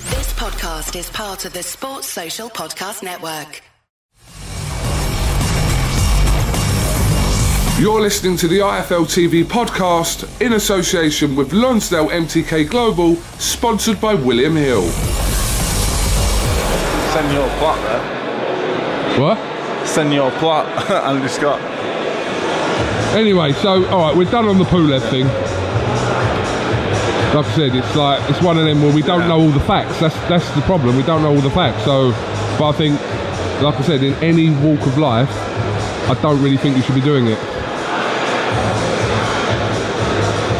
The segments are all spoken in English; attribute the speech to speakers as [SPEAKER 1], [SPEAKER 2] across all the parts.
[SPEAKER 1] podcast is part of the Sports Social Podcast Network.
[SPEAKER 2] You're listening to the IFL TV podcast in association with Lonsdale MTK Global, sponsored by William Hill.
[SPEAKER 3] Send your plot there.
[SPEAKER 2] What?
[SPEAKER 3] Send your plot. and just got.
[SPEAKER 2] Anyway, so all right, we're done on the Pulev thing. Like I said, it's like it's one of them where we don't know all the facts. That's that's the problem. We don't know all the facts. So, but I think, like I said, in any walk of life, I don't really think you should be doing it,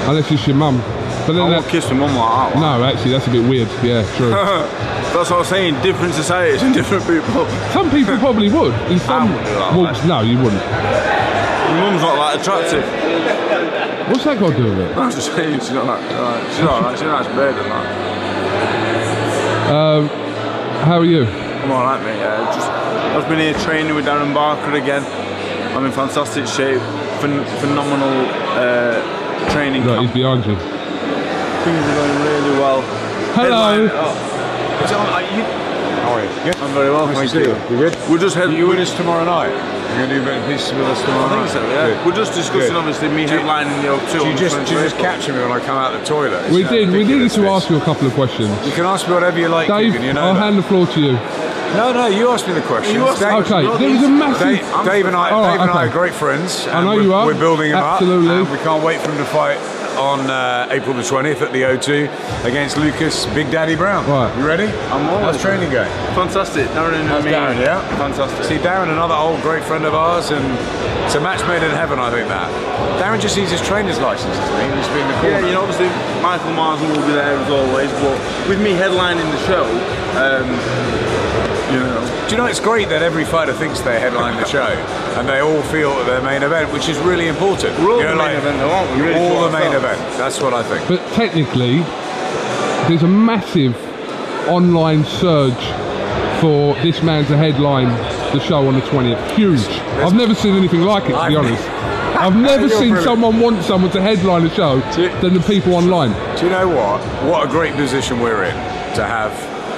[SPEAKER 2] unless it's your mum. But
[SPEAKER 3] I
[SPEAKER 2] then
[SPEAKER 3] won't
[SPEAKER 2] that,
[SPEAKER 3] kiss my mum like that. one.
[SPEAKER 2] no, actually, that's a bit weird. Yeah, true.
[SPEAKER 3] That's what I'm saying. Different societies and different people.
[SPEAKER 2] Some people probably would. In some
[SPEAKER 3] wouldn't like
[SPEAKER 2] walks, no, you wouldn't.
[SPEAKER 3] My mum's not that attractive.
[SPEAKER 2] What's that got to do with it?
[SPEAKER 3] That's just saying. She's not that. Like, she's not She's a nice bird and that.
[SPEAKER 2] How are you?
[SPEAKER 3] I'm alright, mate. Yeah. Just, I've been here training with Darren Barker again. I'm in fantastic shape. Phen- phenomenal uh, training.
[SPEAKER 2] Right,
[SPEAKER 3] camp.
[SPEAKER 2] he's behind you.
[SPEAKER 3] Things are going really well.
[SPEAKER 2] Hello.
[SPEAKER 3] Headline- oh,
[SPEAKER 4] Is it on- are you? How are you? Good.
[SPEAKER 3] I'm very well,
[SPEAKER 4] Nice
[SPEAKER 3] thank
[SPEAKER 4] to see
[SPEAKER 3] you.
[SPEAKER 4] you. You good?
[SPEAKER 3] We're just heading.
[SPEAKER 4] Are you with us tomorrow night? You're going to do a bit of pieces with us tomorrow
[SPEAKER 3] I think
[SPEAKER 4] night?
[SPEAKER 3] so, yeah.
[SPEAKER 4] Good.
[SPEAKER 3] We're just discussing,
[SPEAKER 4] Good.
[SPEAKER 3] obviously, me headlining the O2.
[SPEAKER 4] Do you
[SPEAKER 3] on the
[SPEAKER 4] just, do you just
[SPEAKER 3] 23rd.
[SPEAKER 4] capture me when I come out the toilet? It's
[SPEAKER 2] we
[SPEAKER 4] that
[SPEAKER 2] did. We needed
[SPEAKER 4] ridiculous
[SPEAKER 2] to
[SPEAKER 4] bit.
[SPEAKER 2] ask you a couple of questions.
[SPEAKER 4] You can ask me whatever you like,
[SPEAKER 2] Dave,
[SPEAKER 4] Keegan, you know
[SPEAKER 2] I'll
[SPEAKER 4] that.
[SPEAKER 2] hand the floor to you.
[SPEAKER 4] No, no, you asked me the question.
[SPEAKER 3] You asked-
[SPEAKER 4] Dave,
[SPEAKER 2] Okay, there was a massive.
[SPEAKER 4] Dave, Dave and I,
[SPEAKER 2] All right,
[SPEAKER 4] Dave and I
[SPEAKER 2] okay.
[SPEAKER 4] are great friends. and
[SPEAKER 2] know
[SPEAKER 4] we're-
[SPEAKER 2] you are.
[SPEAKER 4] We're building him
[SPEAKER 2] Absolutely.
[SPEAKER 4] up. and We can't wait for him to fight on uh, April the 20th at the O2 against Lucas Big Daddy Brown.
[SPEAKER 2] Right.
[SPEAKER 4] You ready?
[SPEAKER 3] I'm all
[SPEAKER 4] How's
[SPEAKER 3] ready.
[SPEAKER 4] training going?
[SPEAKER 3] Fantastic. Darren and
[SPEAKER 4] How's
[SPEAKER 3] me.
[SPEAKER 4] Darren, yeah?
[SPEAKER 3] Fantastic.
[SPEAKER 4] See, Darren, another old great friend of ours, and it's a match made in heaven, I think that. Darren just needs his trainer's license, doesn't he? He's been the
[SPEAKER 3] yeah,
[SPEAKER 4] corner.
[SPEAKER 3] you know, obviously Michael Marsden will be there as always, but with me headlining the show, um, you know,
[SPEAKER 4] Do you know it's great that every fighter thinks they headline the show, and they all feel that they're main event, which is really important.
[SPEAKER 3] We're all
[SPEAKER 4] You know,
[SPEAKER 3] the main event, though, aren't we?
[SPEAKER 4] you're
[SPEAKER 3] Really
[SPEAKER 4] all
[SPEAKER 3] for
[SPEAKER 4] the main
[SPEAKER 3] ourselves.
[SPEAKER 4] event. That's what I think.
[SPEAKER 2] But technically, there's a massive online surge for this man to headline the show on the 20th. Huge. I've never seen anything like it, to be
[SPEAKER 4] I've-
[SPEAKER 2] honest. I've never
[SPEAKER 4] You're
[SPEAKER 2] seen
[SPEAKER 4] brilliant.
[SPEAKER 2] someone want someone to headline a show
[SPEAKER 4] you-
[SPEAKER 2] than the people online.
[SPEAKER 4] Do you know what? What a great position we're in to have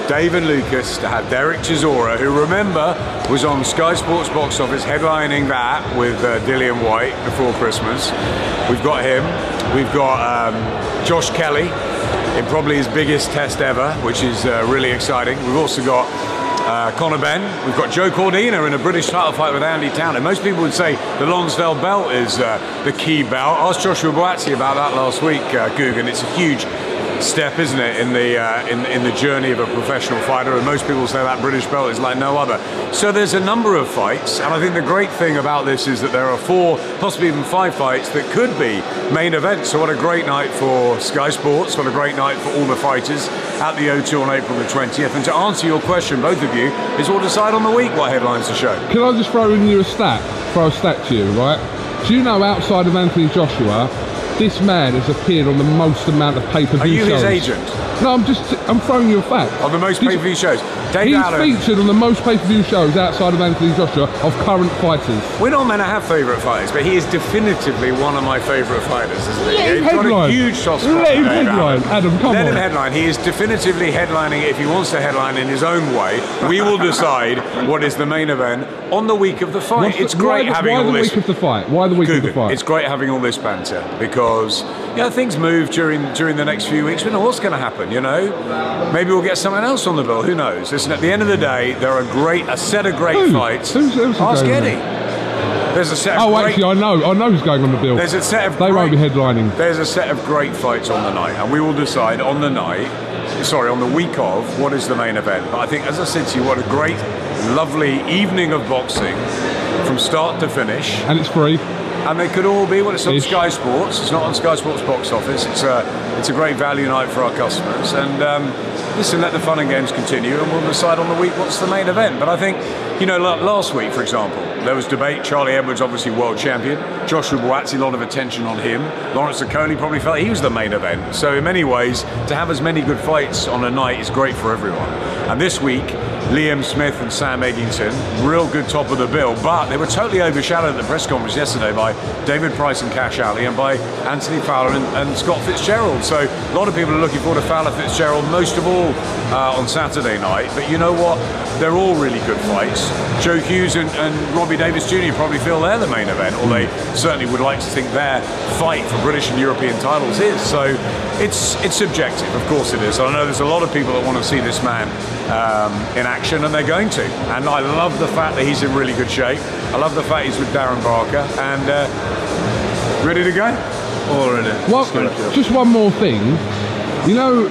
[SPEAKER 4] Dave and Lucas, to have Derek Chisora, who remember was on Sky Sports Box Office headlining that with uh, Dillian White before Christmas. We've got him. We've got um, Josh Kelly in probably his biggest test ever, which is uh, really exciting. We've also got uh, Conor Ben. We've got Joe Cordina in a British title fight with Andy Town. And most people would say the Lonsdale belt is uh, the key belt. I asked Joshua Boatsy about that last week, uh, Guggen. It's a huge step, isn't it, in the uh, in, in the journey of a professional fighter. And most people say that British belt is like no other. So there's a number of fights, and I think the great thing about this is that there are four, possibly even five fights that could be main events. So what a great night for Sky Sports. What a great night for all the fighters at the O2 on April the 20th. And to answer your question, both of you, is we'll decide on the week what headlines to show.
[SPEAKER 2] Can I just throw in you a stat? Throw a stat to you, right? Do you know outside of Anthony Joshua, this man has appeared on the most amount of pay-per-view
[SPEAKER 4] Are you
[SPEAKER 2] shows?
[SPEAKER 4] his agent
[SPEAKER 2] No, I'm just I'm throwing you a fact.
[SPEAKER 4] on the most
[SPEAKER 2] He's-
[SPEAKER 4] pay-per-view shows? Dave
[SPEAKER 2] He's
[SPEAKER 4] Allen.
[SPEAKER 2] featured on the most pay-per-view shows outside of Anthony Joshua of current fighters.
[SPEAKER 4] We're not meant to have favourite fighters, but he is definitively one of my favourite fighters, isn't he? He's got a
[SPEAKER 2] headline.
[SPEAKER 4] huge soft spot.
[SPEAKER 2] Let him
[SPEAKER 4] Dave Allen.
[SPEAKER 2] headline. Adam, come
[SPEAKER 4] Let him
[SPEAKER 2] on.
[SPEAKER 4] headline. He is definitively headlining if he wants to headline in his own way. We will decide what is the main event on the week of the fight.
[SPEAKER 2] What's the-
[SPEAKER 4] it's great
[SPEAKER 2] why, the-
[SPEAKER 4] having
[SPEAKER 2] why
[SPEAKER 4] all
[SPEAKER 2] the
[SPEAKER 4] this
[SPEAKER 2] week of the fight. Why the week of the
[SPEAKER 4] Googan,
[SPEAKER 2] fight?
[SPEAKER 4] It's great having all this banter because you know things move during during the next few weeks. We don't know what's going to happen. You know, maybe we'll get someone else on the bill. Who knows? Listen, at the end of the day, there are great a set of great
[SPEAKER 2] Who?
[SPEAKER 4] fights.
[SPEAKER 2] Who's- who's
[SPEAKER 4] Ask
[SPEAKER 2] going on?
[SPEAKER 4] Eddie. There's a set. Of
[SPEAKER 2] oh,
[SPEAKER 4] great,
[SPEAKER 2] actually, I know. I know who's going on the bill.
[SPEAKER 4] There's a set of
[SPEAKER 2] They won't be
[SPEAKER 4] great-
[SPEAKER 2] headlining.
[SPEAKER 4] There's a set of great fights on the night, and we will decide on the night, sorry, on the week of, what is the main event. But I think, as I said to you, what a great, lovely evening of boxing from start to finish.
[SPEAKER 2] And it's free.
[SPEAKER 4] And they could all be, well, it's on
[SPEAKER 2] Ish.
[SPEAKER 4] Sky Sports, it's not on Sky Sports box office, it's a, it's a great value night for our customers. And um, listen, let the fun and games continue, and we'll decide on the week what's the main event. But I think, you know, like last week, for example, there was debate. Charlie Edwards, obviously world champion. Joshua Boazzi, a lot of attention on him. Lawrence Acoli probably felt he was the main event. So, in many ways, to have as many good fights on a night is great for everyone. And this week, Liam Smith and Sam Eggington, real good top of the bill, but they were totally overshadowed at the press conference yesterday by David Price and Cash Alley and by Anthony Fowler and, and Scott Fitzgerald. So a lot of people are looking forward to Fowler Fitzgerald, most of all uh, on Saturday night. But you know what? They're all really good fights. Joe Hughes and, and Robbie Davis Jr. probably feel they're the main event, or they certainly would like to think their fight for British and European titles is. So it's it's subjective, of course it is. I know there's a lot of people that want to see this man um, in action, and they're going to. And I love the fact that he's in really good shape. I love the fact he's with Darren Barker and uh, ready to go.
[SPEAKER 3] Already.
[SPEAKER 2] Well,
[SPEAKER 3] It's gonna feel-
[SPEAKER 2] just one more thing. You know,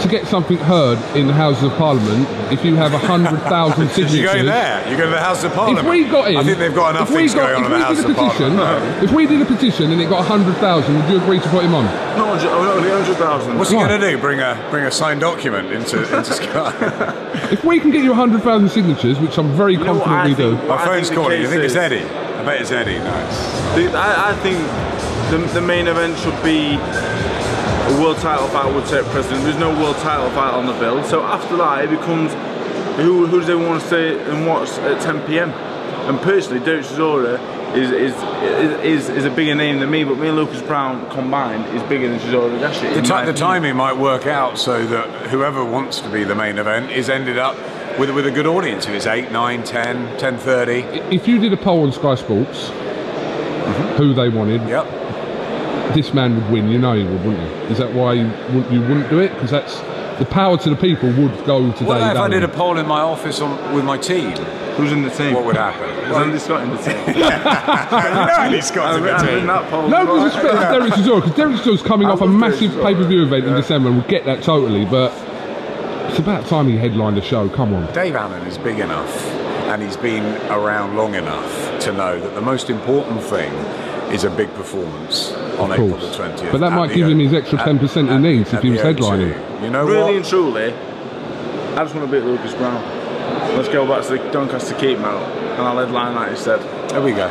[SPEAKER 2] to get something heard in the Houses of Parliament, if you have 100,000 signatures...
[SPEAKER 4] You go there. You go to the House of Parliament.
[SPEAKER 2] If we got in,
[SPEAKER 4] I think they've got enough
[SPEAKER 2] if we
[SPEAKER 4] things
[SPEAKER 2] got-
[SPEAKER 4] going on
[SPEAKER 2] if
[SPEAKER 4] in the
[SPEAKER 2] we
[SPEAKER 4] House
[SPEAKER 2] did
[SPEAKER 4] of
[SPEAKER 2] a petition,
[SPEAKER 4] Parliament.
[SPEAKER 2] If we did a petition and it got 100,000, would you agree to put him on?
[SPEAKER 3] No, I'm ju- I'm only 100,000.
[SPEAKER 4] What's he
[SPEAKER 2] Why?
[SPEAKER 4] going to do? Bring a bring a signed document into into Sky?
[SPEAKER 2] If we can get you 100,000 signatures, which I'm very
[SPEAKER 3] know what
[SPEAKER 2] confident
[SPEAKER 3] I
[SPEAKER 2] we do,
[SPEAKER 3] think?
[SPEAKER 4] My
[SPEAKER 3] I think
[SPEAKER 4] phone's
[SPEAKER 3] the
[SPEAKER 4] calling. You
[SPEAKER 3] case
[SPEAKER 4] think it's
[SPEAKER 3] is-
[SPEAKER 4] Eddie? I bet it's Eddie. Nice.
[SPEAKER 3] The- I, I think the, the main event should be a world title fight would take precedent. There's no world title fight on the bill. So after that, it becomes who, who does everyone want to stay and watch at 10 p.m. And personally, Derek Chisora is is, is is a bigger name than me, but me and Lucas Brown combined is bigger than Chisora Gashi.
[SPEAKER 4] The, ti- the timing might work out so that whoever wants to be the main event is ended up with with a good audience. If it's 8, 9, 10, 10.30.
[SPEAKER 2] if you did a poll on Sky Sports, who they wanted,
[SPEAKER 4] Mm-hmm. Yep.
[SPEAKER 2] this man would win. You know he would, wouldn't you? Is that why you wouldn't, you wouldn't do it? Because that's the power to the people would go to
[SPEAKER 4] What
[SPEAKER 2] Dave
[SPEAKER 4] if I
[SPEAKER 2] Allen.
[SPEAKER 4] did a poll in my office on, with my team?
[SPEAKER 3] Who's in the team?
[SPEAKER 4] What would happen?
[SPEAKER 3] Is Andy Scott in the team?
[SPEAKER 4] Andy Scott's a good
[SPEAKER 3] I'm in
[SPEAKER 4] team.
[SPEAKER 3] that poll.
[SPEAKER 2] No disrespect to Derek Chisora, because Derek Chisora's coming
[SPEAKER 3] I
[SPEAKER 2] off a
[SPEAKER 3] love Derek
[SPEAKER 2] massive
[SPEAKER 3] Chisora,
[SPEAKER 2] pay-per-view event in
[SPEAKER 3] yeah.
[SPEAKER 2] December, and we'll get that totally, but it's about time he headlined the show, come on.
[SPEAKER 4] Dave Allen is big enough and he's been around long enough to know that the most important thing is a big performance
[SPEAKER 2] Of
[SPEAKER 4] on April the
[SPEAKER 2] course.
[SPEAKER 4] 20th.
[SPEAKER 2] But that
[SPEAKER 4] at
[SPEAKER 2] might
[SPEAKER 4] the
[SPEAKER 2] give
[SPEAKER 4] O-
[SPEAKER 2] him his extra
[SPEAKER 4] at-
[SPEAKER 2] 10% he
[SPEAKER 4] at-
[SPEAKER 2] needs if
[SPEAKER 4] at
[SPEAKER 2] he
[SPEAKER 4] the
[SPEAKER 2] was headlining.
[SPEAKER 4] O2. You know
[SPEAKER 3] Really
[SPEAKER 4] what?
[SPEAKER 3] and truly, I just want to beat Lucas Brown. Let's go back to the Doncaster keep medal, and I'll headline that instead.
[SPEAKER 4] There we go.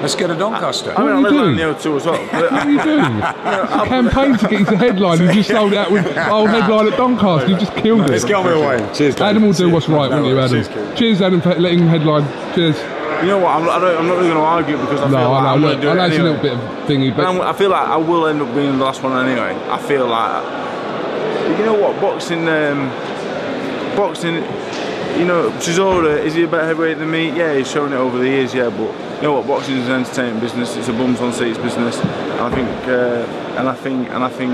[SPEAKER 4] Let's get a Doncaster.
[SPEAKER 3] I mean,
[SPEAKER 2] are
[SPEAKER 3] I'll
[SPEAKER 2] you
[SPEAKER 3] headline the
[SPEAKER 2] doing?
[SPEAKER 3] O2 as well.
[SPEAKER 2] What
[SPEAKER 3] But
[SPEAKER 2] are you doing? It's a campaign to get into headline and you just sold it out with oh headline at Doncaster. You just killed it.
[SPEAKER 4] Let's get on with the way. Cheers, Dave.
[SPEAKER 2] Adam will do
[SPEAKER 4] Cheers.
[SPEAKER 2] what's right,
[SPEAKER 4] No
[SPEAKER 2] won't you,
[SPEAKER 4] worries.
[SPEAKER 2] Adam?
[SPEAKER 4] Cheers, Keith.
[SPEAKER 2] Cheers, Adam, for letting him headline. Cheers.
[SPEAKER 3] you know what? I'm, I don't, I'm not really going to argue because
[SPEAKER 2] No,
[SPEAKER 3] I feel like
[SPEAKER 2] I
[SPEAKER 3] I'm
[SPEAKER 2] know.
[SPEAKER 3] going
[SPEAKER 2] Look,
[SPEAKER 3] to do
[SPEAKER 2] I
[SPEAKER 3] it
[SPEAKER 2] know it's a
[SPEAKER 3] anyway.
[SPEAKER 2] little bit of thingy,
[SPEAKER 3] And
[SPEAKER 2] but
[SPEAKER 3] I'm- I feel like I will end up being the last one anyway. I feel like, you know what? Boxing, um, boxing. You know, Chisora, is he a better heavyweight than me? Yeah, he's shown it over the years, yeah, but you know what, boxing is an entertainment business, it's a bums on seats business. And I think uh, and I think and I think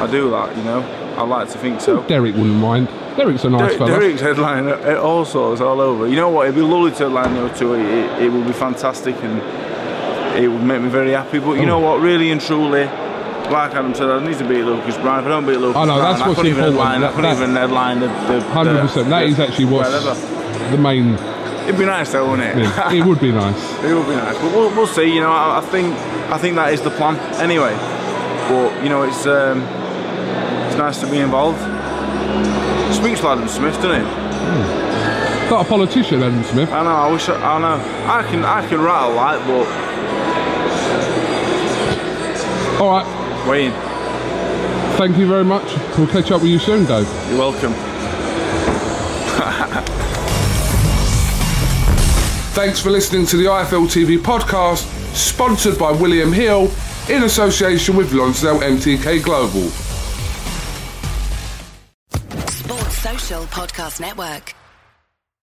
[SPEAKER 3] I do that, you know. I like to think so.
[SPEAKER 2] Derek wouldn't mind. Derek's a nice
[SPEAKER 3] Der-
[SPEAKER 2] fella.
[SPEAKER 3] Derek's headline at at all sorts all over. You know what? It'd be lovely to headline the O2. It, it, it would be fantastic and it would make me very happy. But
[SPEAKER 2] Oh.
[SPEAKER 3] you know what? Really and truly, like Adam said, I need to beat Lucas Brown. If I don't beat Lucas
[SPEAKER 2] I know,
[SPEAKER 3] Brown,
[SPEAKER 2] that's
[SPEAKER 3] I
[SPEAKER 2] what's
[SPEAKER 3] couldn't even
[SPEAKER 2] important.
[SPEAKER 3] headline. I
[SPEAKER 2] That-
[SPEAKER 3] couldn't even headline the. the
[SPEAKER 2] Hundred
[SPEAKER 3] the-
[SPEAKER 2] percent. That is actually what's
[SPEAKER 3] whatever.
[SPEAKER 2] the main.
[SPEAKER 3] It'd be nice though, wouldn't it?
[SPEAKER 2] Thing. It would be nice.
[SPEAKER 3] It would be nice, but we'll, we'll see. You know, I, I think I think that is the plan anyway. But you know, it's um, it's nice to be involved. Speaks for Adam Smith, doesn't it?
[SPEAKER 2] Not a politician, Adam Smith.
[SPEAKER 3] I know. I wish. I, I know. I can I can rattle that, but
[SPEAKER 2] All right.
[SPEAKER 3] Wayne,
[SPEAKER 2] Thank you very much. We'll catch up with you soon, Dave.
[SPEAKER 3] you're welcome.
[SPEAKER 2] Thanks for listening to the IFL TV podcast, sponsored by William Hill in association with Lonsdale MTK Global.
[SPEAKER 1] Sports Social Podcast Network.